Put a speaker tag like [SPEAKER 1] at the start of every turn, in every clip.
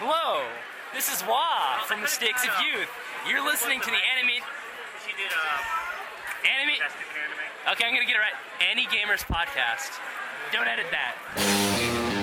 [SPEAKER 1] Hello, this is Wah from Mistakes of Youth. You're listening to the anime,
[SPEAKER 2] She did uh,
[SPEAKER 1] anime.
[SPEAKER 2] that stupid anime.
[SPEAKER 1] Okay, I'm gonna get it right. Any Gamers podcast. Don't edit that.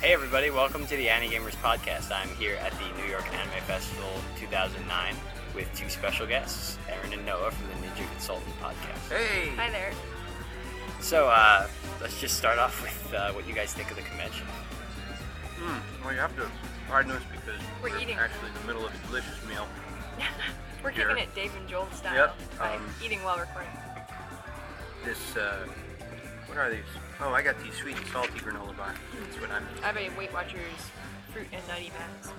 [SPEAKER 3] Hey everybody, welcome to the Annie Gamers podcast. I'm here at the New York Anime Festival 2009 with two special guests, Aaron and Noah from the Ninja Consultant podcast.
[SPEAKER 2] Hey.
[SPEAKER 4] Hi there.
[SPEAKER 3] So uh, let's just start off with uh, what you guys think of the convention.
[SPEAKER 5] Mm, well, you have to pardon us because
[SPEAKER 4] We're
[SPEAKER 5] we're,
[SPEAKER 4] eating.
[SPEAKER 5] actually in the middle of a delicious meal.
[SPEAKER 4] We're kicking
[SPEAKER 5] Here.
[SPEAKER 4] it Dave and Joel style
[SPEAKER 5] Yep,
[SPEAKER 4] by
[SPEAKER 5] um,
[SPEAKER 4] eating while recording.
[SPEAKER 5] This, uh, what are these? Oh, I got these sweet and salty granola bars. That's what I'm
[SPEAKER 4] I have a Weight Watchers fruit and nutty pass.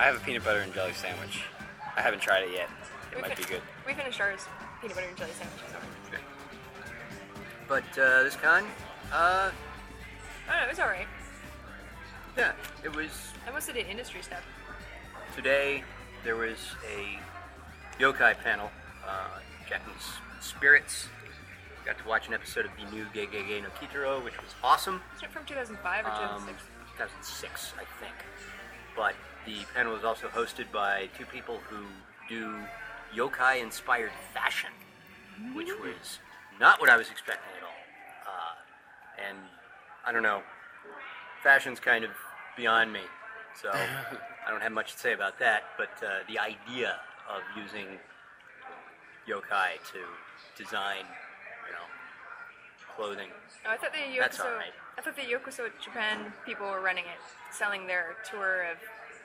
[SPEAKER 3] I have a peanut butter and jelly sandwich. I haven't tried it yet. It
[SPEAKER 4] We
[SPEAKER 3] might be
[SPEAKER 4] fin-
[SPEAKER 3] good.
[SPEAKER 4] We finished ours peanut butter and jelly sandwiches.
[SPEAKER 5] eating. But uh, this con, uh,
[SPEAKER 4] I don't know, it was alright.
[SPEAKER 5] yeah, it was
[SPEAKER 4] I mostly did industry stuff.
[SPEAKER 5] today. There was a yokai panel, uh, Japanese spirits. Got to watch an episode of the new Gege Ge no Kitaro, which was awesome.
[SPEAKER 4] Is it from 2005 or
[SPEAKER 5] um,
[SPEAKER 4] 2006?
[SPEAKER 5] 2006, I think. But the panel was also hosted by two people who do yokai inspired fashion, which was not what I was expecting at all. Uh, and I don't know, fashion's kind of beyond me, so I don't have much to say about that. But uh, the idea of using yokai to design, you know, clothing.
[SPEAKER 4] Oh, I thought the Yokoso.
[SPEAKER 5] That's alright.
[SPEAKER 4] I thought the Yokoso Japan people were running it, selling their tour of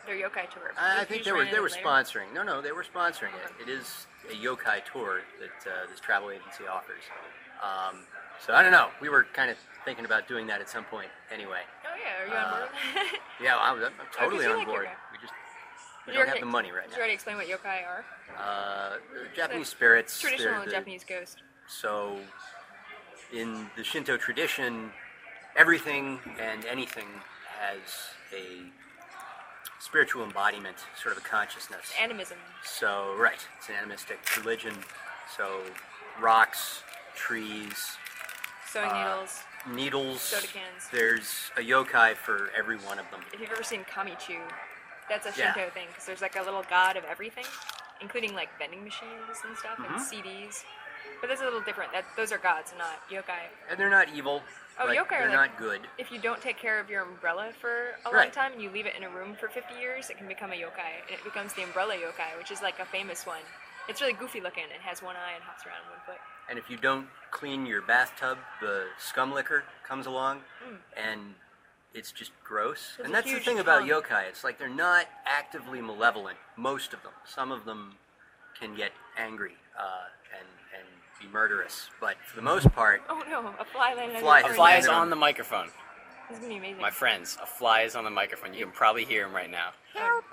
[SPEAKER 4] their yokai tour.
[SPEAKER 5] I
[SPEAKER 4] You-
[SPEAKER 5] think they
[SPEAKER 4] you just
[SPEAKER 5] were
[SPEAKER 4] ran
[SPEAKER 5] they
[SPEAKER 4] it
[SPEAKER 5] were
[SPEAKER 4] later.
[SPEAKER 5] sponsoring. No, no, they were sponsoring it. It is a yokai tour that uh, this travel agency offers. Um, so I don't know. We were kind of thinking about doing that at some point. Anyway,
[SPEAKER 4] Oh yeah, are you on
[SPEAKER 5] Uh,
[SPEAKER 4] board?
[SPEAKER 5] yeah, well, I'm, I'm totally
[SPEAKER 4] you
[SPEAKER 5] on
[SPEAKER 4] like
[SPEAKER 5] board.
[SPEAKER 4] yokai.
[SPEAKER 5] We just we don't
[SPEAKER 4] Did you already-
[SPEAKER 5] have the money right
[SPEAKER 4] Did you already explain what yokai are?
[SPEAKER 5] now. Uh, Japanese
[SPEAKER 4] The
[SPEAKER 5] spirits. they're
[SPEAKER 4] Traditional
[SPEAKER 5] the-
[SPEAKER 4] Japanese ghost.
[SPEAKER 5] So in the Shinto tradition, everything and anything has a spiritual embodiment, sort of a consciousness.
[SPEAKER 4] Animism.
[SPEAKER 5] So, right, it's an animistic religion. So, rocks, trees,
[SPEAKER 4] Sewing
[SPEAKER 5] Uh,
[SPEAKER 4] needles.
[SPEAKER 5] needles.
[SPEAKER 4] Soda cans.
[SPEAKER 5] There's a yokai for every one of them.
[SPEAKER 4] if you've ever seen Kamichu, that's a
[SPEAKER 5] Yeah.
[SPEAKER 4] Shinto thing 'cause thing because there's like a little god of everything, including like vending machines and stuff
[SPEAKER 5] Mm-hmm.
[SPEAKER 4] and CDs. But that's a little different. That those are gods, not yokai.
[SPEAKER 5] And they're not evil.
[SPEAKER 4] Oh,
[SPEAKER 5] like,
[SPEAKER 4] yokai are
[SPEAKER 5] They're
[SPEAKER 4] like-
[SPEAKER 5] not good.
[SPEAKER 4] If you don't take care of your umbrella for a long
[SPEAKER 5] Right.
[SPEAKER 4] time and you leave it in a room for 50 years, it can become a yokai, and it becomes the umbrella yokai, which is like a famous one. It's really goofy looking. It has one eye and hops around on one foot.
[SPEAKER 5] And if you don't clean your bathtub, the scum liquor comes along and it's just gross.
[SPEAKER 4] Hmm. There's a
[SPEAKER 5] and that's the
[SPEAKER 4] huge
[SPEAKER 5] thing about
[SPEAKER 4] tongue.
[SPEAKER 5] yokai. It's like they're not actively malevolent, most of them. Some of them can get angry uh, and, and be murderous. But for the most part,
[SPEAKER 4] Oh no, a fly landed on
[SPEAKER 5] Fly-
[SPEAKER 4] your
[SPEAKER 3] A
[SPEAKER 5] Or
[SPEAKER 4] foot.
[SPEAKER 3] fly
[SPEAKER 5] is
[SPEAKER 3] is
[SPEAKER 5] random.
[SPEAKER 3] on the microphone.
[SPEAKER 4] This is gonna be amazing.
[SPEAKER 3] My friends, a fly is on the microphone. You can probably hear him right now.
[SPEAKER 4] Help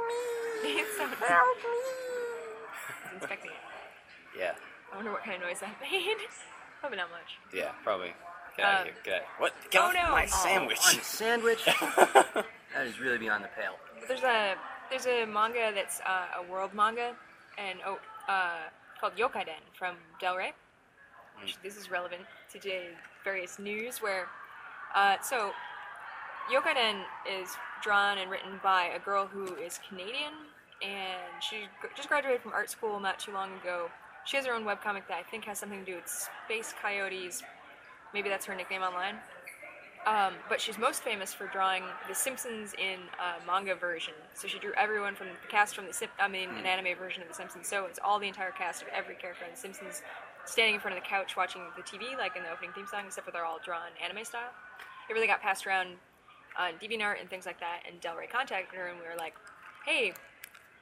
[SPEAKER 4] me! Help me! Inspecting it.
[SPEAKER 3] Yeah,
[SPEAKER 4] I wonder what kind of noise that made. Probably not much.
[SPEAKER 3] yeah, probably. Get out
[SPEAKER 4] Uh,
[SPEAKER 3] of here. Get out. What? Get
[SPEAKER 4] oh,
[SPEAKER 3] off
[SPEAKER 4] no.
[SPEAKER 3] my
[SPEAKER 4] Oh,
[SPEAKER 3] sandwich.
[SPEAKER 5] on a sandwich, that is really beyond the pale.
[SPEAKER 4] But there's a there's a manga that's uh, a world manga, and oh, uh, called Yokaiden from Del Rey. Which this is relevant to today's various news where, uh, so Yokaiden is drawn and written by a girl who is Canadian, and she gr- just graduated from art school not too long ago. She has her own webcomic that I think has something to do with space coyotes. Maybe that's her nickname online. Um, but she's most famous for drawing The Simpsons in uh, manga version. So she drew everyone from the cast from the Sim- I mean, an anime version of The Simpsons. So it's all the entire cast of every character in The Simpsons standing in front of the couch watching the TV, like in the opening theme song, except for they're all drawn anime style. It really got passed around on DeviantArt and things like that. And Del Rey contacted her, and we were like, "Hey,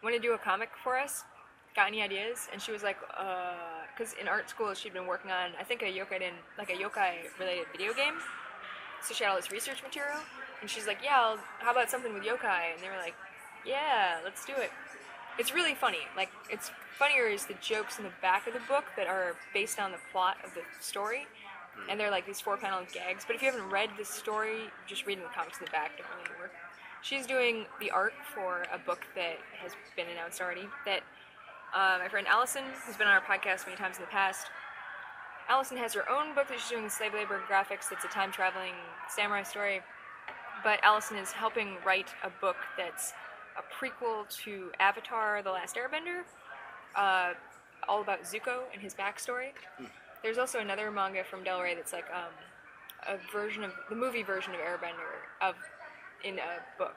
[SPEAKER 4] want to do a comic for us? Got any ideas?" And she was like, "Because in art school, she'd been working on I think a yokai in like a yokai related video game." So she had all this research material, and she's like, "Yeah, I'll, how about something with yokai?" And they were like, "Yeah, let's do it." It's really funny. Like, it's funnier is the jokes in the back of the book that are based on the plot of the story and they're like these four panel gags. But if you haven't read this story, just reading the comics in the back don't really work. She's doing the art for a book that has been announced already. That uh, my friend Allison, who's been on our podcast many times in the past, Allison has her own book that she's doing in slave labor graphics. That's a time traveling samurai story. But Allison is helping write a book that's a prequel to Avatar: The Last Airbender, uh, all about Zuko and his backstory. There's also another manga from Del Rey that's like um, a version of the movie version of Airbender of in a book.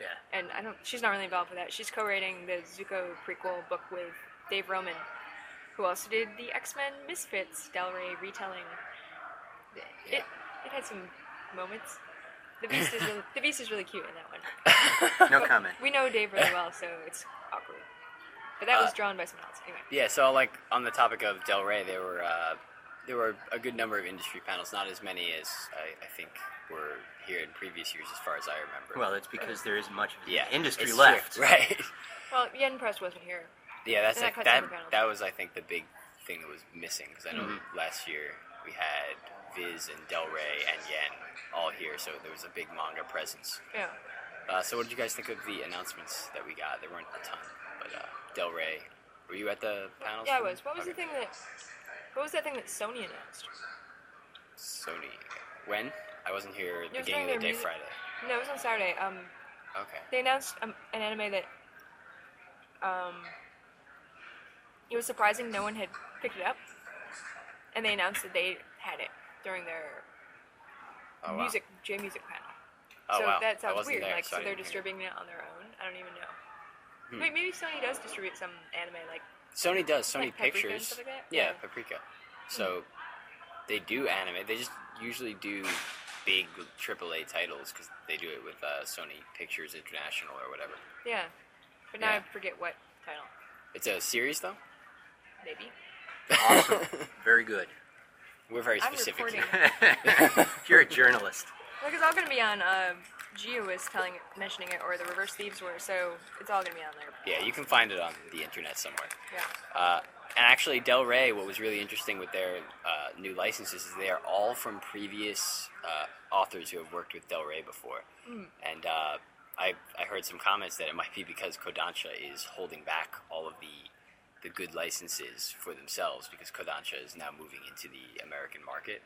[SPEAKER 5] Yeah.
[SPEAKER 4] And I don't. She's not really involved with that. She's co-writing the Zuko prequel book with Dave Roman, who also did the X-Men Misfits Del Rey retelling. It it had some moments. The beast is really, the beast is really cute in that one.
[SPEAKER 5] No
[SPEAKER 4] But
[SPEAKER 5] comment.
[SPEAKER 4] We know Dave really well, so it's awkward. But that was drawn by someone else. Anyway,
[SPEAKER 3] Yeah, so like on the topic of Del Rey, there were uh, there were a good number of industry panels, not as many as I, I think were here in previous years, as far as I remember.
[SPEAKER 5] Well, it's because there isn't much of an
[SPEAKER 3] yeah,
[SPEAKER 5] industry
[SPEAKER 3] it's
[SPEAKER 5] left.
[SPEAKER 3] true, right?
[SPEAKER 4] well, Yen Press wasn't here.
[SPEAKER 3] yeah, that's
[SPEAKER 4] And
[SPEAKER 3] like,
[SPEAKER 4] that cuts
[SPEAKER 3] that.
[SPEAKER 4] into panels.
[SPEAKER 3] That was I think the big thing that was missing because I know
[SPEAKER 5] Mm-hmm.
[SPEAKER 3] last year we had Viz and Del Rey and Yen all here, so there was a big manga presence.
[SPEAKER 4] Yeah.
[SPEAKER 3] Uh, so, what did you guys think of the announcements that we got? There weren't a ton, but uh, Del Rey, were you at the panels?
[SPEAKER 4] Yeah, I
[SPEAKER 3] for them?
[SPEAKER 4] was. What was the
[SPEAKER 3] Okay.
[SPEAKER 4] thing that? What was that thing that Sony announced?
[SPEAKER 3] Sony. When? I wasn't here at the
[SPEAKER 4] It was
[SPEAKER 3] beginning of
[SPEAKER 4] during
[SPEAKER 3] the day
[SPEAKER 4] their mu-
[SPEAKER 3] Friday.
[SPEAKER 4] No, it was on Saturday. Um,
[SPEAKER 3] Okay.
[SPEAKER 4] they announced um, an anime that. Um. It was surprising no one had picked it up, and they announced that they had it during their
[SPEAKER 3] Oh, wow.
[SPEAKER 4] music J music panel.
[SPEAKER 3] Oh,
[SPEAKER 4] so
[SPEAKER 3] wow.
[SPEAKER 4] that
[SPEAKER 3] I
[SPEAKER 4] sounds
[SPEAKER 3] wasn't
[SPEAKER 4] weird.
[SPEAKER 3] there,
[SPEAKER 4] like,
[SPEAKER 3] so I
[SPEAKER 4] so they're
[SPEAKER 3] didn't hear.
[SPEAKER 4] distributing it on their own. I don't even know.
[SPEAKER 3] Hmm.
[SPEAKER 4] Wait, maybe Sony does distribute some anime, like
[SPEAKER 3] Sony does. Sony
[SPEAKER 4] Like Paprika and
[SPEAKER 3] Pictures.
[SPEAKER 4] stuff like that?
[SPEAKER 3] Yeah,
[SPEAKER 4] Yeah. Hmm.
[SPEAKER 3] Paprika. So they do anime. They just usually do big AAA titles because they do it with uh, Sony Pictures International or whatever.
[SPEAKER 4] yeah. But now
[SPEAKER 3] Yeah.
[SPEAKER 4] I forget what title.
[SPEAKER 3] It's a series though.
[SPEAKER 4] Maybe.
[SPEAKER 5] Awesome. Very good.
[SPEAKER 3] We're very
[SPEAKER 4] I'm
[SPEAKER 3] specific.
[SPEAKER 4] recording.
[SPEAKER 3] here.
[SPEAKER 5] You're a journalist.
[SPEAKER 4] Like it's all gonna be on. Um, Geo was telling, mentioning it, or the Reverse Thieves were. So it's all gonna be on there.
[SPEAKER 3] Yeah, you can find it on the internet somewhere.
[SPEAKER 4] Yeah.
[SPEAKER 3] Uh, and actually, Del Rey, what was really interesting with their uh, new licenses is they are all from previous uh, authors who have worked with Del Rey before. And uh, I, I heard some comments that it might be because Kodansha is holding back all of the the good licenses for themselves because Kodansha is now moving into the American market.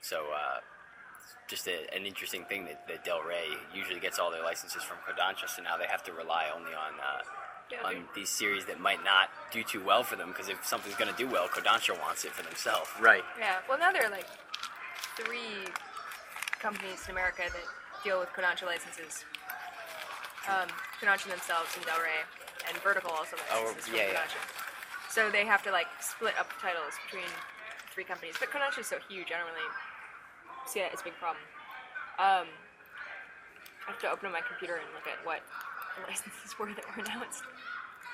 [SPEAKER 3] So, uh, just a, an interesting thing that, that Del Rey usually gets all their licenses from Kodansha, so now they have to rely only on. Uh,
[SPEAKER 4] Yeah.
[SPEAKER 3] on these series that might not do too well for them because if something's going to do well, Kodansha wants it for themselves.
[SPEAKER 5] Right.
[SPEAKER 4] yeah. Well, now there are like three companies in America that deal with Kodansha licenses. Um, Kodansha themselves and Del Rey, and Vertical also
[SPEAKER 3] Oh,
[SPEAKER 4] licenses from
[SPEAKER 3] yeah, yeah.
[SPEAKER 4] Kodansha. So they have to like split up titles between three companies. But Kodansha is so huge, I don't really see that as a big problem. Um, I have to open up my computer and look at what the licenses were that were announced.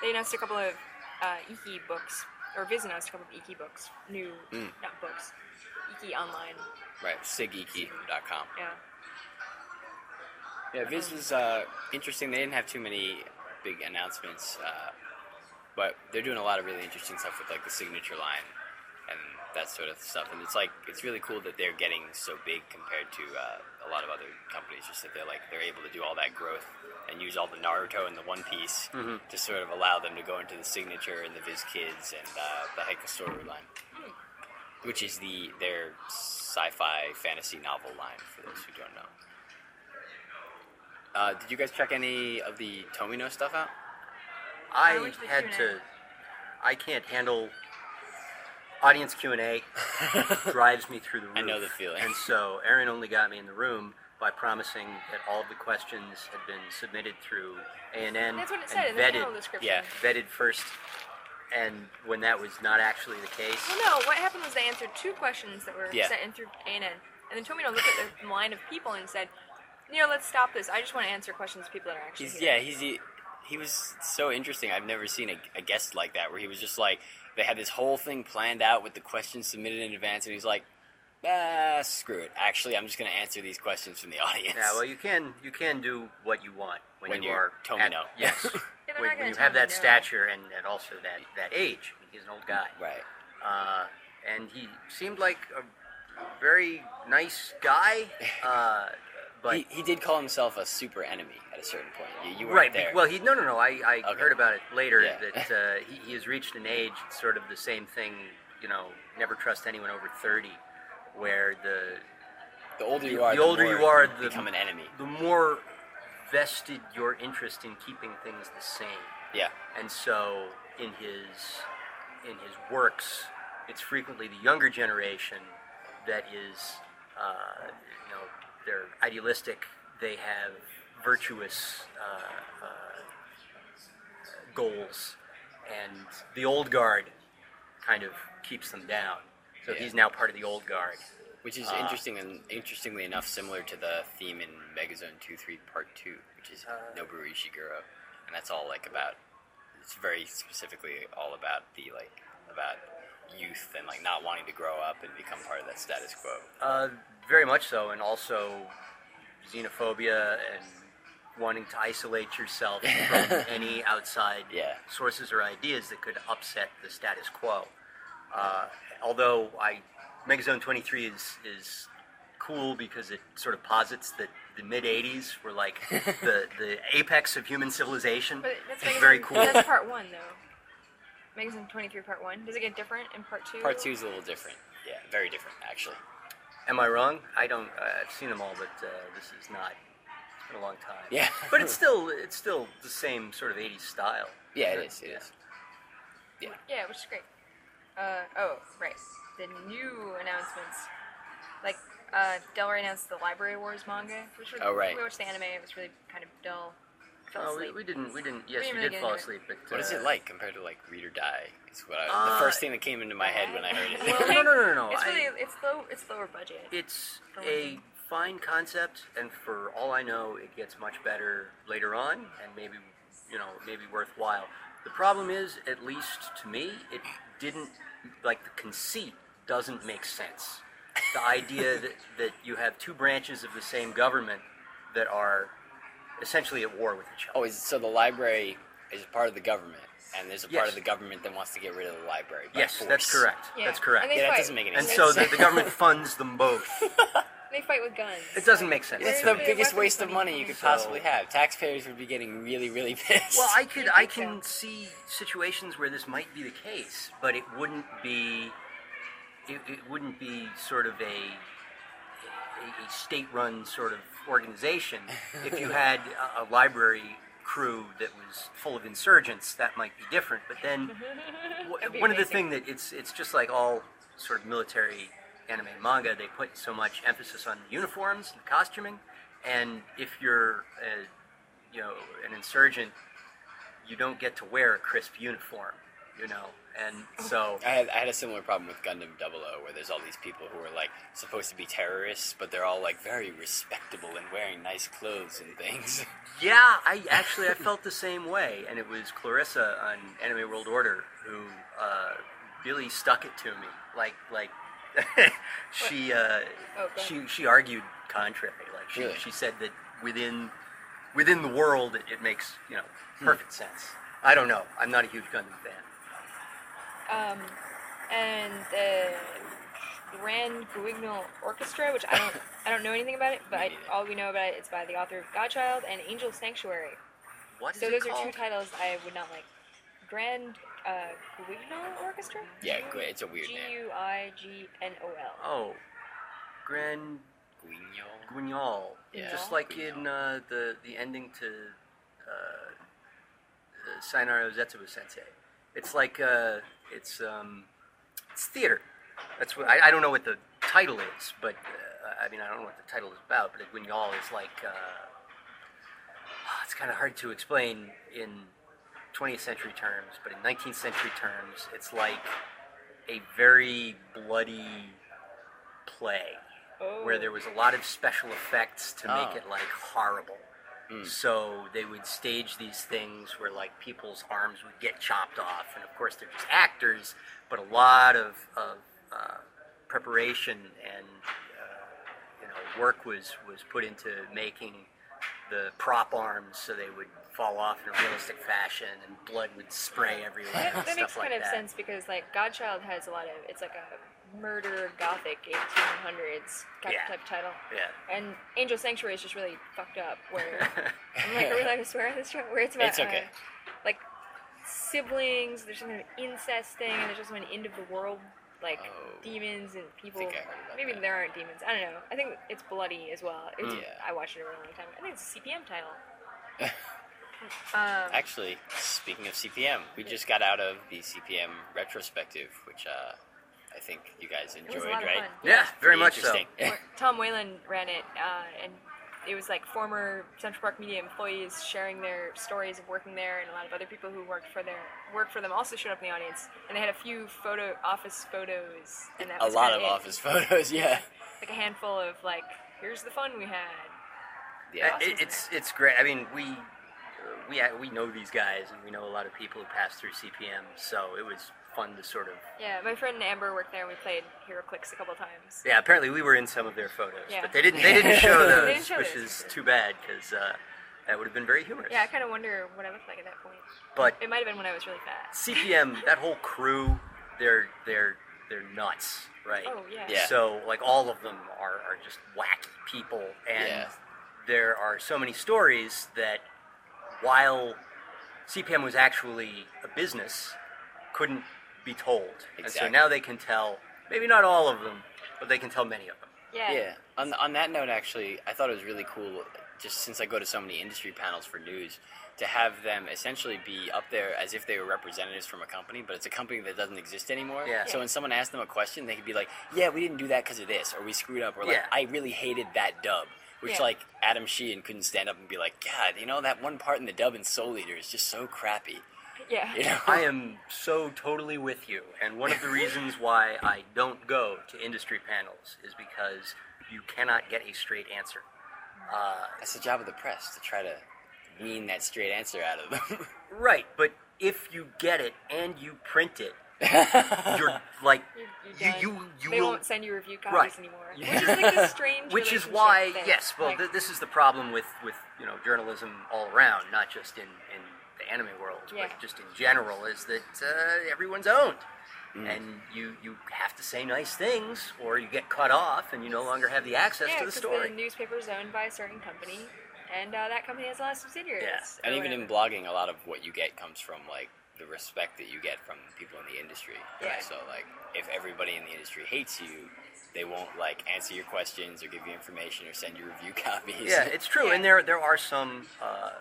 [SPEAKER 4] They announced a couple of uh, Iki books, or Viz announced a couple of Iki books, new,
[SPEAKER 5] Hmm.
[SPEAKER 4] not books, Iki online,
[SPEAKER 3] Right, sigiki.com.
[SPEAKER 4] yeah.
[SPEAKER 3] Yeah, Viz was uh, interesting. They didn't have too many big announcements, uh, but they're doing a lot of really interesting stuff with like the signature line and that sort of stuff. And it's like it's really cool that they're getting so big compared to uh, a lot of other companies. Just that they're like they're able to do all that growth and use all the Naruto and the One Piece to sort of allow them to go into the signature and the Viz Kids and uh, the Heikosoru line. Which is the their sci-fi fantasy novel line for those who don't know. Uh, did you guys check any of the Tomino stuff out?
[SPEAKER 4] I
[SPEAKER 5] I
[SPEAKER 4] went to the
[SPEAKER 5] had
[SPEAKER 4] Q&A.
[SPEAKER 5] to. I can't handle audience Q and A. Drives me through the roof.
[SPEAKER 3] I know the feeling.
[SPEAKER 5] And so Aaron only got me in the room by promising that all of the questions had been submitted through A and N
[SPEAKER 4] That's what it
[SPEAKER 5] and
[SPEAKER 4] said in the panel
[SPEAKER 5] vetted,
[SPEAKER 4] description.
[SPEAKER 3] yeah.
[SPEAKER 5] vetted first. And when that was not actually the case,
[SPEAKER 4] Well, no, what happened was they answered two questions that were
[SPEAKER 3] Yeah.
[SPEAKER 4] sent in through ANN, and then Tomino looked at the line of people and said, you know, let's stop this. I just want to answer questions of people that are actually
[SPEAKER 3] He's
[SPEAKER 4] here.
[SPEAKER 3] yeah, he's he, he was so interesting. I've never seen a, a guest like that where he was just like they had this whole thing planned out with the questions submitted in advance, and he's like, ah, screw it. Actually, I'm just gonna answer these questions from the audience.
[SPEAKER 5] yeah, well, you can you can do what you want when,
[SPEAKER 3] When
[SPEAKER 5] you
[SPEAKER 3] you're
[SPEAKER 5] are
[SPEAKER 3] Tomino.
[SPEAKER 5] at- Yes,
[SPEAKER 4] Yeah, they're
[SPEAKER 5] when,
[SPEAKER 4] not
[SPEAKER 5] when
[SPEAKER 4] gonna
[SPEAKER 5] you
[SPEAKER 4] tell
[SPEAKER 5] have
[SPEAKER 4] me
[SPEAKER 5] that
[SPEAKER 4] no.
[SPEAKER 5] stature and, and also that that age. I mean, he's an old guy.
[SPEAKER 3] right.
[SPEAKER 5] uh, and he seemed like a very nice guy, uh, but
[SPEAKER 3] he, he did call himself a super enemy at a certain point. You, you weren't
[SPEAKER 5] right. be-
[SPEAKER 3] there.
[SPEAKER 5] Well, he no, no, no. I, I
[SPEAKER 3] Okay.
[SPEAKER 5] heard about it later
[SPEAKER 3] Yeah.
[SPEAKER 5] that uh, he, he has reached an age. It's sort of the same thing. You know, never trust anyone over thirty, where the
[SPEAKER 3] the older you are,
[SPEAKER 5] the older
[SPEAKER 3] more
[SPEAKER 5] you are, the-
[SPEAKER 3] become an enemy.
[SPEAKER 5] the more vested your interest in keeping things the same.
[SPEAKER 3] Yeah,
[SPEAKER 5] and so in his in his works, it's frequently the younger generation that is, uh, you know, they're idealistic. They have virtuous uh, uh, goals, and the old guard kind of keeps them down. So
[SPEAKER 3] Yeah.
[SPEAKER 5] he's now part of the old guard.
[SPEAKER 3] which
[SPEAKER 5] Uh,
[SPEAKER 3] is interesting and interestingly enough, similar to the theme in Megazone Two Three Part Two, which is
[SPEAKER 5] Uh.
[SPEAKER 3] Noboru Ishiguro, and that's all like about. It's very specifically all about the like about youth and like not wanting to grow up and become part of that status quo.
[SPEAKER 5] Uh, very much so, and also xenophobia and wanting to isolate yourself from any outside
[SPEAKER 3] Yeah.
[SPEAKER 5] sources or ideas that could upset the status quo. Uh, although I, Megazone 23 is is cool because it sort of posits that the mid 80s were like the the apex of human civilization.
[SPEAKER 4] But that's
[SPEAKER 5] it's
[SPEAKER 4] Megazone-
[SPEAKER 5] very cool.
[SPEAKER 4] That's part one, though. Magazine 23, part one. Does it get different in part two?
[SPEAKER 3] Part Two is a little different. Yeah, very different actually.
[SPEAKER 5] Am I wrong? I don't. Uh, I've seen them all, but uh, this is not. It's been a long time.
[SPEAKER 3] Yeah.
[SPEAKER 5] but it's still it's still the same sort of '80s style.
[SPEAKER 3] Yeah, it is. It is.
[SPEAKER 4] Yeah, which is great. Uh, oh, right. The new announcements. Like, uh, Del Rey announced the Library Wars manga, which was,
[SPEAKER 3] Oh, right.
[SPEAKER 4] we watched the anime. It was really kind of dull. Fell
[SPEAKER 5] Oh, we,
[SPEAKER 4] asleep.
[SPEAKER 5] we didn't. We didn't. Yes,
[SPEAKER 4] didn't
[SPEAKER 5] we,
[SPEAKER 4] really
[SPEAKER 5] did
[SPEAKER 4] get
[SPEAKER 5] fall
[SPEAKER 4] into it.
[SPEAKER 5] asleep. But
[SPEAKER 3] What is
[SPEAKER 5] uh,
[SPEAKER 3] it like compared to like Read or Die? It's what I,
[SPEAKER 5] Uh,
[SPEAKER 3] the first thing that came into my head when I heard it.
[SPEAKER 5] Well, no, no, no, no, no.
[SPEAKER 4] It's
[SPEAKER 5] I-
[SPEAKER 4] really it's low it's lower budget.
[SPEAKER 5] It's
[SPEAKER 4] Don't
[SPEAKER 5] a
[SPEAKER 4] think.
[SPEAKER 5] fine concept, and for all I know, it gets much better later on, and maybe you know maybe worthwhile. The problem is, at least to me, it didn't like the conceit doesn't make sense. The idea that, that you have two branches of the same government that are essentially at war with each other.
[SPEAKER 3] Oh, is, so the library is part of the government, and there's a part
[SPEAKER 5] Yes.
[SPEAKER 3] of the government that wants to get rid of the library. By
[SPEAKER 5] yes,
[SPEAKER 3] force.
[SPEAKER 5] that's correct.
[SPEAKER 4] Yeah.
[SPEAKER 5] That's correct.
[SPEAKER 4] And they
[SPEAKER 3] Yeah, that
[SPEAKER 4] fight.
[SPEAKER 3] doesn't make any
[SPEAKER 5] And
[SPEAKER 3] sense.
[SPEAKER 5] so the, the government funds them both.
[SPEAKER 4] They fight with guns.
[SPEAKER 5] It doesn't make sense.
[SPEAKER 3] It's
[SPEAKER 5] to
[SPEAKER 3] the
[SPEAKER 5] me.
[SPEAKER 3] biggest
[SPEAKER 4] weapons
[SPEAKER 3] waste of
[SPEAKER 4] money
[SPEAKER 3] money you could
[SPEAKER 5] so-
[SPEAKER 3] possibly have. Taxpayers would be getting really, really pissed.
[SPEAKER 5] Well, I could
[SPEAKER 4] You
[SPEAKER 5] I
[SPEAKER 4] think
[SPEAKER 5] can see situations where this might be the case, but it wouldn't be it, it wouldn't be sort of a a, a state-run sort of organization. if you had a, a library crew that was full of insurgents, that might be different. But then
[SPEAKER 4] That'd be
[SPEAKER 5] w- one of the
[SPEAKER 4] amazing.
[SPEAKER 5] thing that it's it's just like all sort of military anime manga, they put so much emphasis on the uniforms and costuming, and if you're a, you know an insurgent you don't get to wear a crisp uniform, you know. And so,
[SPEAKER 3] I had, I had a similar problem with Gundam 00, where there's all these people who are like supposed to be terrorists, but they're all like very respectable and wearing nice clothes and things.
[SPEAKER 5] yeah, I actually I felt the same way, and it was Clarissa on Anime World Order who uh, really stuck it to me, like like she uh,
[SPEAKER 4] Oh, go ahead.
[SPEAKER 5] she she argued contrary, like she
[SPEAKER 3] Really?
[SPEAKER 5] she said that within within the world it, it makes you know perfect sense. I don't know. I'm not a huge Gundam fan.
[SPEAKER 4] Um, and the Grand Guignol Orchestra, which I don't I don't know anything about it, but I,
[SPEAKER 3] neither.
[SPEAKER 4] all we know about it is by the author of Godchild and Angel Sanctuary.
[SPEAKER 5] What is
[SPEAKER 4] So
[SPEAKER 5] it
[SPEAKER 4] those are
[SPEAKER 5] called?
[SPEAKER 4] two titles I would not like. Grand uh, Guignol Orchestra.
[SPEAKER 3] Yeah, gr- it's a weird
[SPEAKER 4] G
[SPEAKER 3] name.
[SPEAKER 4] U I G N O L.
[SPEAKER 5] Oh, Grand
[SPEAKER 3] Guignol?
[SPEAKER 5] Guignol.
[SPEAKER 3] Yeah.
[SPEAKER 5] Just like in
[SPEAKER 3] Guignol.
[SPEAKER 5] uh, the the ending to uh, uh, Sainaro Zetsubu Sensei. It's like uh, it's um, it's theater. That's what I, I don't know what the title is, but uh, I mean I don't know what the title is about. But Guignol is like uh, it's kind of hard to explain in 20th century terms, but in 19th century terms, it's like a very bloody play
[SPEAKER 4] Oh.
[SPEAKER 5] where there was a lot of special effects to
[SPEAKER 3] Oh.
[SPEAKER 5] make it like horrible. So they would stage these things where like people's arms would get chopped off, and of course they're just actors, but a lot of, of uh, preparation and uh, you know work was was put into making the prop arms so they would fall off in a realistic fashion, and blood would spray everywhere. and
[SPEAKER 4] That, that makes
[SPEAKER 5] stuff like
[SPEAKER 4] kind of
[SPEAKER 5] that.
[SPEAKER 4] sense because like Godchild has a lot of it's like a murder gothic 1800s
[SPEAKER 5] Yeah.
[SPEAKER 4] type, type title.
[SPEAKER 5] Yeah.
[SPEAKER 4] And Angel Sanctuary is just really fucked up. Where I'm like, are we allowed to swear on this show? Where it's about
[SPEAKER 3] It's okay.
[SPEAKER 4] uh, like siblings. There's some kind of incest thing, and there's also an end of the world, like
[SPEAKER 3] Oh.
[SPEAKER 4] demons and people.
[SPEAKER 3] think I heard about
[SPEAKER 4] Maybe
[SPEAKER 3] that.
[SPEAKER 4] there aren't demons. I don't know. I think it's bloody as well. It's,
[SPEAKER 3] Yeah.
[SPEAKER 4] I watched it a really long time. I think it's a CPM title. Um,
[SPEAKER 3] Actually, speaking of CPM, we just got out of the CPM retrospective, which uh, I think you guys
[SPEAKER 4] it was
[SPEAKER 3] enjoyed,
[SPEAKER 4] a lot of
[SPEAKER 3] right?
[SPEAKER 4] fun.
[SPEAKER 5] Yeah, very
[SPEAKER 3] Pretty
[SPEAKER 5] much so.
[SPEAKER 3] interesting.
[SPEAKER 4] Or- Tom Whalen ran it, uh, and it was like former Central Park Media employees sharing their stories of working there, and a lot of other people who worked for their work for them also showed up in the audience, and they had a few photo office photos, and that
[SPEAKER 3] a
[SPEAKER 4] was
[SPEAKER 3] lot of
[SPEAKER 4] kinda it.
[SPEAKER 3] office photos, yeah.
[SPEAKER 4] like a handful of like, here's the fun we had.
[SPEAKER 3] Yeah.
[SPEAKER 5] It, it's it's great. I mean, we uh, we ha- we know these guys, and we know a lot of people who passed through CPM, so it was fun to sort of.
[SPEAKER 4] Yeah, my friend Amber worked there, and we played Hero Clicks a couple times.
[SPEAKER 5] Yeah, apparently we were in some of their photos,
[SPEAKER 4] Yeah.
[SPEAKER 5] but they didn't they didn't show
[SPEAKER 4] They
[SPEAKER 5] those,
[SPEAKER 4] didn't show
[SPEAKER 5] which
[SPEAKER 4] those.
[SPEAKER 5] is too bad because uh, that would have been very humorous.
[SPEAKER 4] Yeah, I kind of wonder what I looked like at that point.
[SPEAKER 5] but
[SPEAKER 4] It might have been when I was really fat.
[SPEAKER 5] CPM, that whole crew, they're they're they're nuts, right?
[SPEAKER 4] Oh yeah.
[SPEAKER 3] Yeah.
[SPEAKER 5] So like all of them are, are just wacky people, and
[SPEAKER 3] Yeah.
[SPEAKER 5] there are so many stories that while CPM was actually a business, couldn't be told, and so
[SPEAKER 3] Exactly.
[SPEAKER 5] now they can tell. Maybe not all of them, but they can tell many of them.
[SPEAKER 4] Yeah.
[SPEAKER 3] Yeah. On, on that note, actually, I thought it was really cool, just since I go to so many industry panels for news, to have them essentially be up there as if they were representatives from a company, but it's a company that doesn't exist anymore.
[SPEAKER 5] Yeah.
[SPEAKER 3] So when someone asks them a question, they could be like, yeah, we didn't do that because of this, or we screwed up, or like,
[SPEAKER 5] Yeah.
[SPEAKER 3] I really hated that dub. Which,
[SPEAKER 4] Yeah.
[SPEAKER 3] like, Adam Sheehan couldn't stand up and be like, God, you know, that one part in the dub in Soul Eater is just so crappy.
[SPEAKER 4] Yeah.
[SPEAKER 3] You know?
[SPEAKER 5] I am so totally with you. And one of the reasons why I don't go to industry panels is because you cannot get a straight answer. Uh,
[SPEAKER 3] That's the job of the press to try to wean that straight answer out of them.
[SPEAKER 5] right, but if you get it and you print it, you're like
[SPEAKER 4] You're, you're
[SPEAKER 5] you
[SPEAKER 4] done.
[SPEAKER 5] you, you
[SPEAKER 4] they
[SPEAKER 5] will.
[SPEAKER 4] won't send you review copies
[SPEAKER 5] Right.
[SPEAKER 4] anymore,
[SPEAKER 3] Yeah.
[SPEAKER 4] which is like this strange.
[SPEAKER 5] which is
[SPEAKER 4] relationship
[SPEAKER 5] why,
[SPEAKER 4] thing.
[SPEAKER 5] yes, well,
[SPEAKER 4] Like,
[SPEAKER 5] th- this is the problem with, with you know journalism all around, not just in, in the anime world,
[SPEAKER 4] Yeah.
[SPEAKER 5] but just in general, is that uh, everyone's owned, and you you have to say nice things, or you get cut off, and you no longer have the access
[SPEAKER 4] yeah,
[SPEAKER 5] to the
[SPEAKER 4] 'cause
[SPEAKER 5] story.
[SPEAKER 4] The newspaper is owned by a certain company, and uh, that company has a lot of subsidiaries.
[SPEAKER 5] Yeah.
[SPEAKER 4] or
[SPEAKER 3] And even in
[SPEAKER 4] whatever.
[SPEAKER 3] blogging, a lot of what you get comes from like the respect that you get from people in the industry.
[SPEAKER 4] Yeah.
[SPEAKER 3] So like, if everybody in the industry hates you, they won't like answer your questions or give you information or send you review copies.
[SPEAKER 5] Yeah, it's true,
[SPEAKER 4] Yeah.
[SPEAKER 5] and there there are some uh,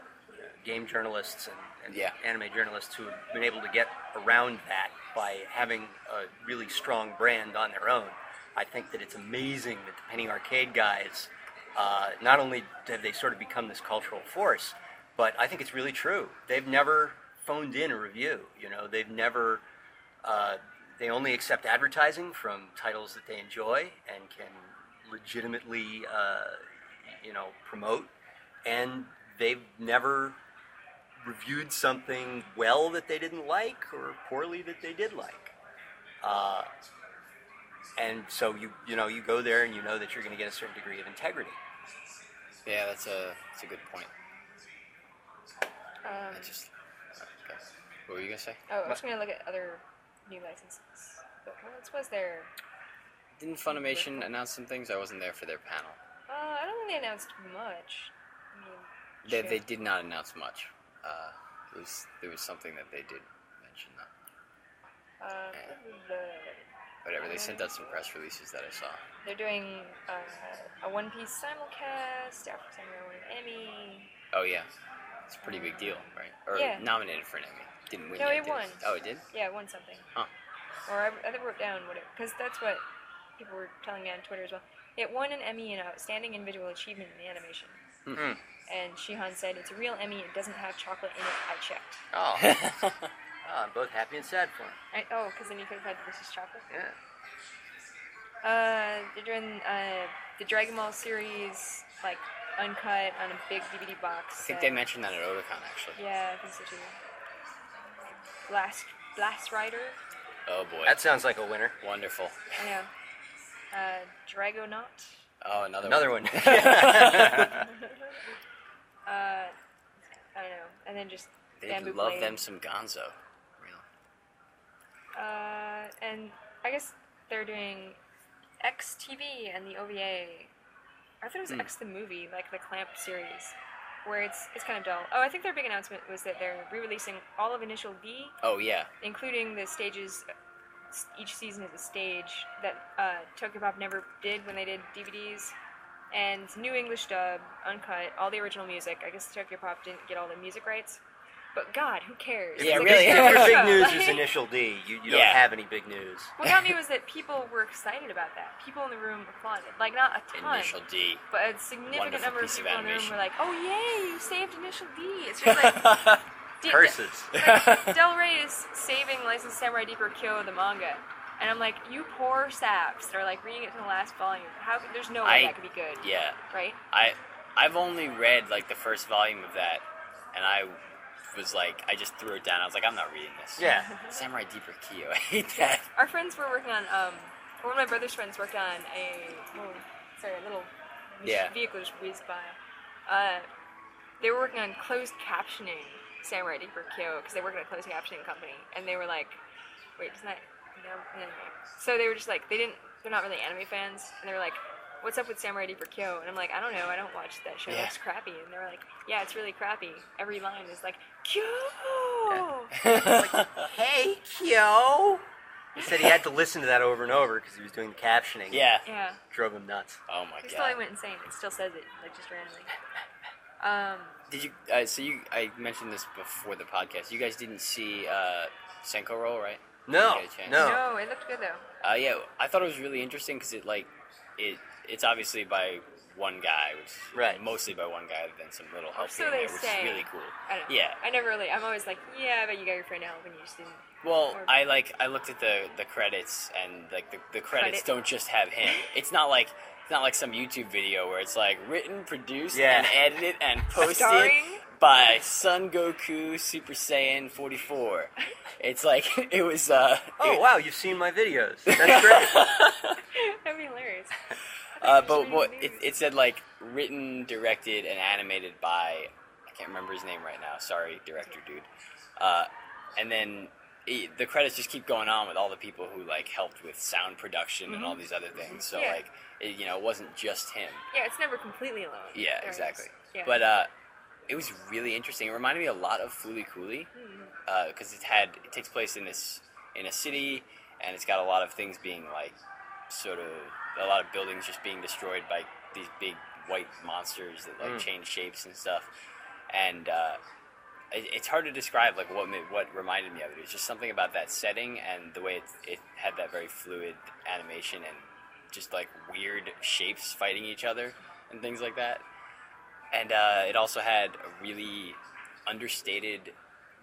[SPEAKER 5] game journalists and, and
[SPEAKER 3] Yeah.
[SPEAKER 5] anime journalists who have been able to get around that by having a really strong brand on their own. I think that it's amazing that the Penny Arcade guys uh, not only have they sort of become this cultural force, but I think it's really true. They've never phoned in a review. You know, they've never. Uh, they only accept advertising from titles that they enjoy and can legitimately, uh, you know, promote. And they've never reviewed something well that they didn't like or poorly that they did like. Uh, and so you you know you go there and you know that you're going to get a certain degree of integrity.
[SPEAKER 3] yeah, that's a that's a good point.
[SPEAKER 4] Um,
[SPEAKER 3] I just okay. what were you gonna say?
[SPEAKER 4] oh, I'm just gonna look at other new licenses. But what else was there?
[SPEAKER 3] Didn't Funimation announce some things? I wasn't there for their panel.
[SPEAKER 4] Uh, I don't think they announced much. I mean,
[SPEAKER 3] They,
[SPEAKER 4] sure.
[SPEAKER 3] they did not announce much. Uh, it was there was something that they did mention though.
[SPEAKER 4] Uh,
[SPEAKER 3] Eh.
[SPEAKER 4] the-
[SPEAKER 3] Whatever.
[SPEAKER 4] Um,
[SPEAKER 3] They sent out some press releases that I saw.
[SPEAKER 4] they're doing uh, a One Piece simulcast after Samurai won an Emmy.
[SPEAKER 3] Oh yeah, it's a pretty big deal, right? Or
[SPEAKER 4] Yeah.
[SPEAKER 3] nominated for an Emmy. Didn't win.
[SPEAKER 4] No,
[SPEAKER 3] yet,
[SPEAKER 4] it
[SPEAKER 3] did
[SPEAKER 4] won.
[SPEAKER 3] Oh, it did.
[SPEAKER 4] Yeah, it won something.
[SPEAKER 3] Huh.
[SPEAKER 4] Or I, I wrote down what it because that's what people were telling me on Twitter as well. It won an Emmy in Outstanding Individual Achievement in Animation.
[SPEAKER 3] Hmm.
[SPEAKER 5] Mhm.
[SPEAKER 4] And Shihan said, "It's a real Emmy. It doesn't have chocolate in it. I checked.
[SPEAKER 5] Oh,
[SPEAKER 3] yeah,
[SPEAKER 5] Ah, I'm both happy and sad for him.
[SPEAKER 4] I, oh, because then you could have had this is chocolate.
[SPEAKER 5] Yeah.
[SPEAKER 4] Uh, they're doing uh, the Dragon Ball series like uncut on a big DVD box.
[SPEAKER 3] I think
[SPEAKER 4] set.
[SPEAKER 3] they mentioned that at Otakon actually.
[SPEAKER 4] Yeah, I think so too. Blast, Blast Rider.
[SPEAKER 3] Oh boy,
[SPEAKER 5] That sounds like a winner.
[SPEAKER 3] wonderful.
[SPEAKER 4] I know. Uh, Dragonaut.
[SPEAKER 3] Oh, another
[SPEAKER 5] Another
[SPEAKER 3] one.
[SPEAKER 5] one.
[SPEAKER 4] Uh, I don't know. And then just
[SPEAKER 3] They
[SPEAKER 4] Bamboo
[SPEAKER 3] love
[SPEAKER 4] Blade.
[SPEAKER 3] them some Gonzo. Real.
[SPEAKER 4] Uh, and I guess they're doing X TV and the OVA. I thought it
[SPEAKER 5] Hmm.
[SPEAKER 4] was X the movie, like the Clamp series, where it's it's kind of dull. Oh, I think their big announcement was that they're re-releasing all of Initial D,
[SPEAKER 3] Oh yeah,
[SPEAKER 4] including the stages. Each season is a stage that uh, Tokyo Pop never did when they did DVDs, and new English dub, uncut, all the original music. I guess Tokyo Pop didn't get all the music rights, but God, who cares?
[SPEAKER 3] Yeah,
[SPEAKER 4] Like,
[SPEAKER 3] really.
[SPEAKER 4] it's
[SPEAKER 5] If
[SPEAKER 4] their
[SPEAKER 5] your big
[SPEAKER 4] show,
[SPEAKER 5] news
[SPEAKER 4] like-
[SPEAKER 5] is initial D, you, you don't
[SPEAKER 3] Yeah.
[SPEAKER 5] have any big news.
[SPEAKER 4] what got me was that people were excited about that. People in the room applauded. Like, not a ton,
[SPEAKER 3] Initial D.
[SPEAKER 4] but a significant
[SPEAKER 3] Wonderful
[SPEAKER 4] number of
[SPEAKER 3] piece of
[SPEAKER 4] people in the room
[SPEAKER 3] animation.
[SPEAKER 4] were like, oh, yay, you saved Initial D. It's just like. D-
[SPEAKER 5] Curses.
[SPEAKER 4] Like, Del Rey is saving Licensed Samurai Deeper Kyo, the manga. And I'm like, you poor saps that are like reading it to the last volume. How could- there's no way
[SPEAKER 3] I-
[SPEAKER 4] Oh, that could be good,
[SPEAKER 3] Yeah,
[SPEAKER 4] right?
[SPEAKER 3] I I've only read like the first volume of that, and I was like, I just threw it down. I was like, I'm not reading this.
[SPEAKER 5] Yeah.
[SPEAKER 3] Samurai Deeper Kyo. I hate that.
[SPEAKER 4] Our friends were working on um, one of my brother's friends worked on a little, sorry, a little
[SPEAKER 3] Yeah.
[SPEAKER 4] vehicle just whizzed by. Uh, they were working on closed captioning Samurai Deeper Kyo because they work at a closed captioning company, and they were like, "Wait, isn't that no?" no, no. So they were just like, they didn't, they're not really anime fans, and they were like, "What's up with Samurai Deeper Kyo?" And I'm like, "I don't know, I don't watch that show.
[SPEAKER 3] Yeah.
[SPEAKER 4] It's crappy." And they were like, "Yeah, it's really crappy. Every line is like Kyo."
[SPEAKER 5] Hey, Kyo. He said he had to listen to that over and over because he was doing the captioning.
[SPEAKER 3] yeah.
[SPEAKER 4] Yeah.
[SPEAKER 5] Drove him nuts.
[SPEAKER 3] Oh my
[SPEAKER 4] He still
[SPEAKER 3] god.
[SPEAKER 4] like, went insane. It still says it like just randomly. Um,
[SPEAKER 3] Did you? Uh, so you? I mentioned this before the podcast. You guys didn't see uh, Senko Roll, right?
[SPEAKER 5] No,
[SPEAKER 3] Didn't get a chance.
[SPEAKER 5] no.
[SPEAKER 4] no, it looked good though.
[SPEAKER 3] Uh, yeah, I thought it was really interesting because it like it it's obviously by one guy, which is
[SPEAKER 5] Right.
[SPEAKER 3] mostly by one guy, other than some little help
[SPEAKER 4] Oh, so
[SPEAKER 3] here and
[SPEAKER 4] they
[SPEAKER 3] there, which
[SPEAKER 4] say.
[SPEAKER 3] is really cool.
[SPEAKER 4] I don't know.
[SPEAKER 3] Yeah.
[SPEAKER 4] I never really. I'm always like, yeah, but you got your friend out when you just didn't.
[SPEAKER 3] Well,
[SPEAKER 4] Or-
[SPEAKER 3] I like I looked at the the credits and like the, the credits
[SPEAKER 4] Credit.
[SPEAKER 3] don't just have him. It's not like it's not like some YouTube video where it's like written, produced,
[SPEAKER 5] Yeah.
[SPEAKER 3] and edited and posted
[SPEAKER 4] Starring?
[SPEAKER 3] by Son Goku Super Saiyan 44. It's like it was uh
[SPEAKER 5] Oh
[SPEAKER 3] it-
[SPEAKER 5] wow, you've seen my videos. That's great.
[SPEAKER 4] That'd be hilarious.
[SPEAKER 3] Uh,
[SPEAKER 4] Just
[SPEAKER 3] but
[SPEAKER 4] read
[SPEAKER 3] what
[SPEAKER 4] the
[SPEAKER 3] it,
[SPEAKER 4] news.
[SPEAKER 3] it said like written, directed, and animated by I can't remember his name right now. Sorry, director dude. Uh, and then it, the credits just keep going on with all the people who like helped with sound production and all these other things. So
[SPEAKER 4] Yeah.
[SPEAKER 3] like it, you know, it wasn't just him.
[SPEAKER 4] Yeah, it's never completely alone.
[SPEAKER 3] Yeah,
[SPEAKER 4] There is-
[SPEAKER 3] exactly.
[SPEAKER 4] Yeah.
[SPEAKER 3] But uh, it was really interesting. It reminded me a lot of Foolie Cooley
[SPEAKER 4] Mm-hmm.
[SPEAKER 3] because it had it takes place in this in a city, and it's got a lot of things being like sort of a lot of buildings just being destroyed by these big white monsters that like change shapes and stuff, and. Uh, it, it's hard to describe like what ma- what reminded me of it. It was just something about that setting and the way it, it had that very fluid animation and just like weird shapes fighting each other and things like that. And uh, it also had a really understated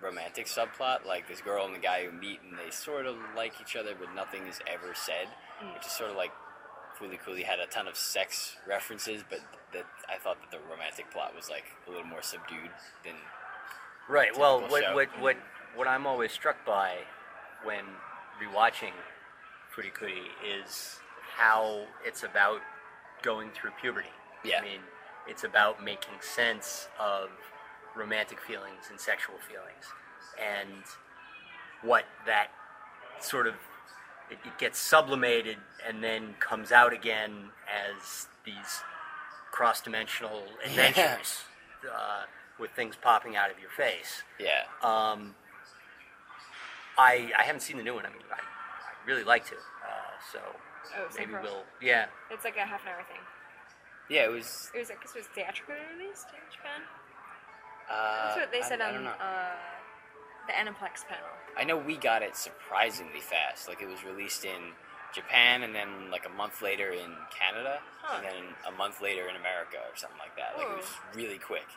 [SPEAKER 3] romantic subplot, like this girl and the guy who meet and they sort of like each other, but nothing is ever said, which is sort of like Cooley Cooley had a ton of sex references, but that I thought that the romantic plot was like a little more subdued than
[SPEAKER 5] Right. Well,
[SPEAKER 3] Typical
[SPEAKER 5] what,
[SPEAKER 3] show.
[SPEAKER 5] what what what I'm always struck by when rewatching Pretty Pretty is how it's about going through puberty.
[SPEAKER 3] Yeah.
[SPEAKER 5] I mean, it's about making sense of romantic feelings and sexual feelings, and what that sort of it, it gets sublimated and then comes out again as these cross-dimensional adventures uh, with things popping out of your face.
[SPEAKER 3] Yeah.
[SPEAKER 5] Um, I I haven't seen the new one. I mean, I, I really like to. Uh, so
[SPEAKER 4] Oh, same
[SPEAKER 5] maybe
[SPEAKER 4] for us.
[SPEAKER 5] we'll. Yeah,
[SPEAKER 4] It's like a half an hour thing.
[SPEAKER 3] yeah, it was.
[SPEAKER 4] It was like, 'cause it was theatrically released in Japan.
[SPEAKER 3] Uh,
[SPEAKER 4] That's what they
[SPEAKER 3] I-
[SPEAKER 4] said
[SPEAKER 3] I,
[SPEAKER 4] on
[SPEAKER 3] don't know.
[SPEAKER 4] uh, the Aniplex panel.
[SPEAKER 3] I know we got it surprisingly fast. Like it was released in Japan, and then like a month later in Canada,
[SPEAKER 4] Huh.
[SPEAKER 3] and then a month later in America or something like that. Like it was really quick.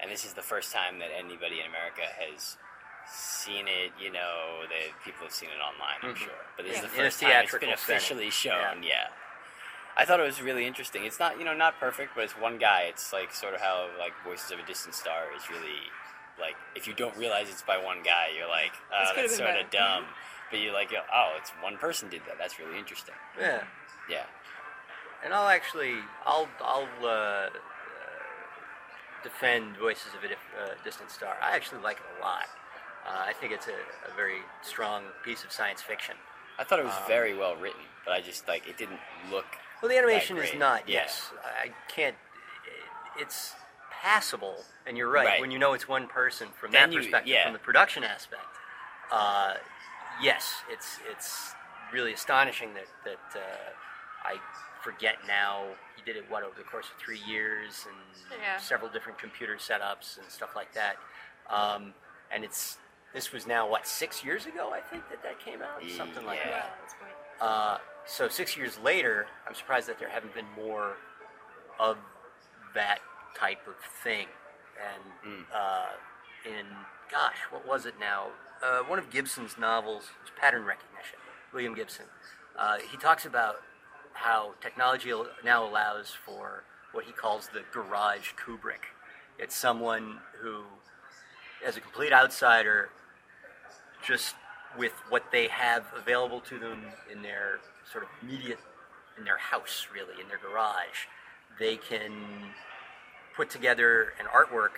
[SPEAKER 3] And this is the first time that anybody in America has seen it. You know, the people have seen it online, I'm sure. But this
[SPEAKER 4] Yeah.
[SPEAKER 3] is the
[SPEAKER 5] Mm-hmm. In a
[SPEAKER 3] first time it's been
[SPEAKER 5] theatrical setting.
[SPEAKER 3] officially shown. yeah. I thought it was really interesting. It's not, you know, not perfect, but it's one guy. It's like sort of how like Voices of a Distant Star is really like if you don't realize it's by one guy, you're like,
[SPEAKER 4] This
[SPEAKER 3] oh,
[SPEAKER 4] could've
[SPEAKER 3] that's
[SPEAKER 4] been
[SPEAKER 3] sort of
[SPEAKER 4] better.
[SPEAKER 3] dumb. But you're like, oh, it's one person did that. That's really interesting.
[SPEAKER 5] yeah.
[SPEAKER 3] Yeah.
[SPEAKER 5] And I'll actually I'll I'll uh, uh, defend Voices of a Dif- uh, Distant Star. I actually like it a lot. Uh, I think it's a, a very strong piece of science fiction.
[SPEAKER 3] I thought it
[SPEAKER 4] Um,
[SPEAKER 3] was very well written, but I just like it didn't look.
[SPEAKER 5] Well, the animation is
[SPEAKER 3] great.
[SPEAKER 5] not.
[SPEAKER 3] Yeah.
[SPEAKER 5] Yes, I can't. It's passable, and you're right,
[SPEAKER 3] Right.
[SPEAKER 5] when you know it's one person from
[SPEAKER 3] Then
[SPEAKER 5] that
[SPEAKER 3] you-
[SPEAKER 5] perspective,
[SPEAKER 3] yeah.
[SPEAKER 5] from the production aspect. Uh, yes, it's it's really astonishing that that uh, I forget now. He did it what over the course of three years and
[SPEAKER 4] Yeah.
[SPEAKER 5] several different computer setups and stuff like that. Um, and it's this was now what six years ago I think that that came out something like
[SPEAKER 3] Yeah.
[SPEAKER 5] that.
[SPEAKER 4] Well, at this point.
[SPEAKER 5] Uh, so six years later, I'm surprised that there haven't been more of that type of thing. And
[SPEAKER 3] Mm.
[SPEAKER 5] uh, in gosh, what was it now? Uh, one of Gibson's novels is Pattern Recognition. William Gibson. Uh, he talks about how technology al- now allows for what he calls the garage Kubrick. It's someone who, as a complete outsider, just with what they have available to them in their sort of immediate, in their house, really, in their garage, they can put together an artwork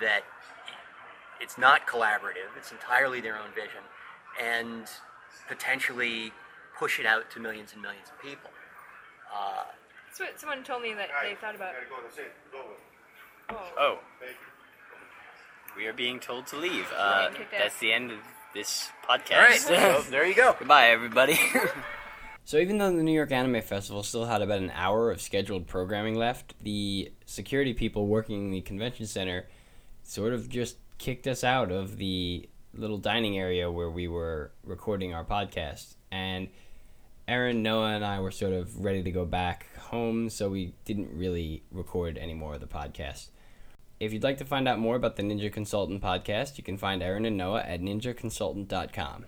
[SPEAKER 5] that it's not collaborative, it's entirely their own vision, and potentially push it out to millions and millions of people. Uh,
[SPEAKER 4] That's what someone told me that they thought about.
[SPEAKER 2] Gotta go. That's it. Go with it.
[SPEAKER 4] Oh,
[SPEAKER 3] Oh,
[SPEAKER 2] Thank you.
[SPEAKER 3] we are being told to leave. Uh,
[SPEAKER 4] kicked out.
[SPEAKER 3] that's the end of this
[SPEAKER 5] all right,
[SPEAKER 3] podcast.
[SPEAKER 5] so there you go.
[SPEAKER 3] Goodbye, everybody. so even though the New York Anime Festival still had about an hour of scheduled programming left, the security people working in the convention center sort of just kicked us out of the little dining area where we were recording our podcast. And Aaron, Noah, and I were sort of ready to go back home, so we didn't really record any more of the podcast. If you'd like to find out more about the Ninja Consultant podcast, you can find Aaron and Noah at ninjaconsultant.com.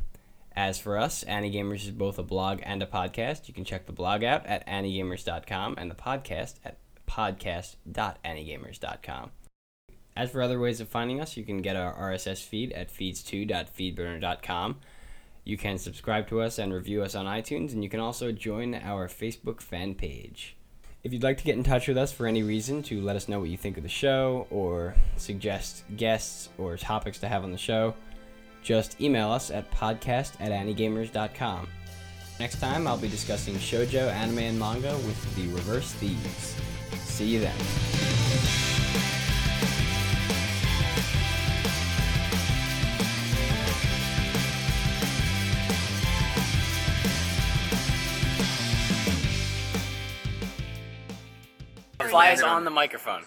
[SPEAKER 3] As for us, Annie Gamers is both a blog and a podcast. You can check the blog out at anniegamers.com and the podcast at podcast.anniegamers.com. As for other ways of finding us, you can get our RSS feed at feeds2.feedburner.com. You can subscribe to us and review us on iTunes, and you can also join our Facebook fan page. If you'd like to get in touch with us for any reason to let us know what you think of the show or suggest guests or topics to have on the show, just email us at podcast at anniegamers.com. Next time, I'll be discussing shoujo, anime, and manga with the reverse thieves. See you then.
[SPEAKER 5] Flies on
[SPEAKER 3] the microphone.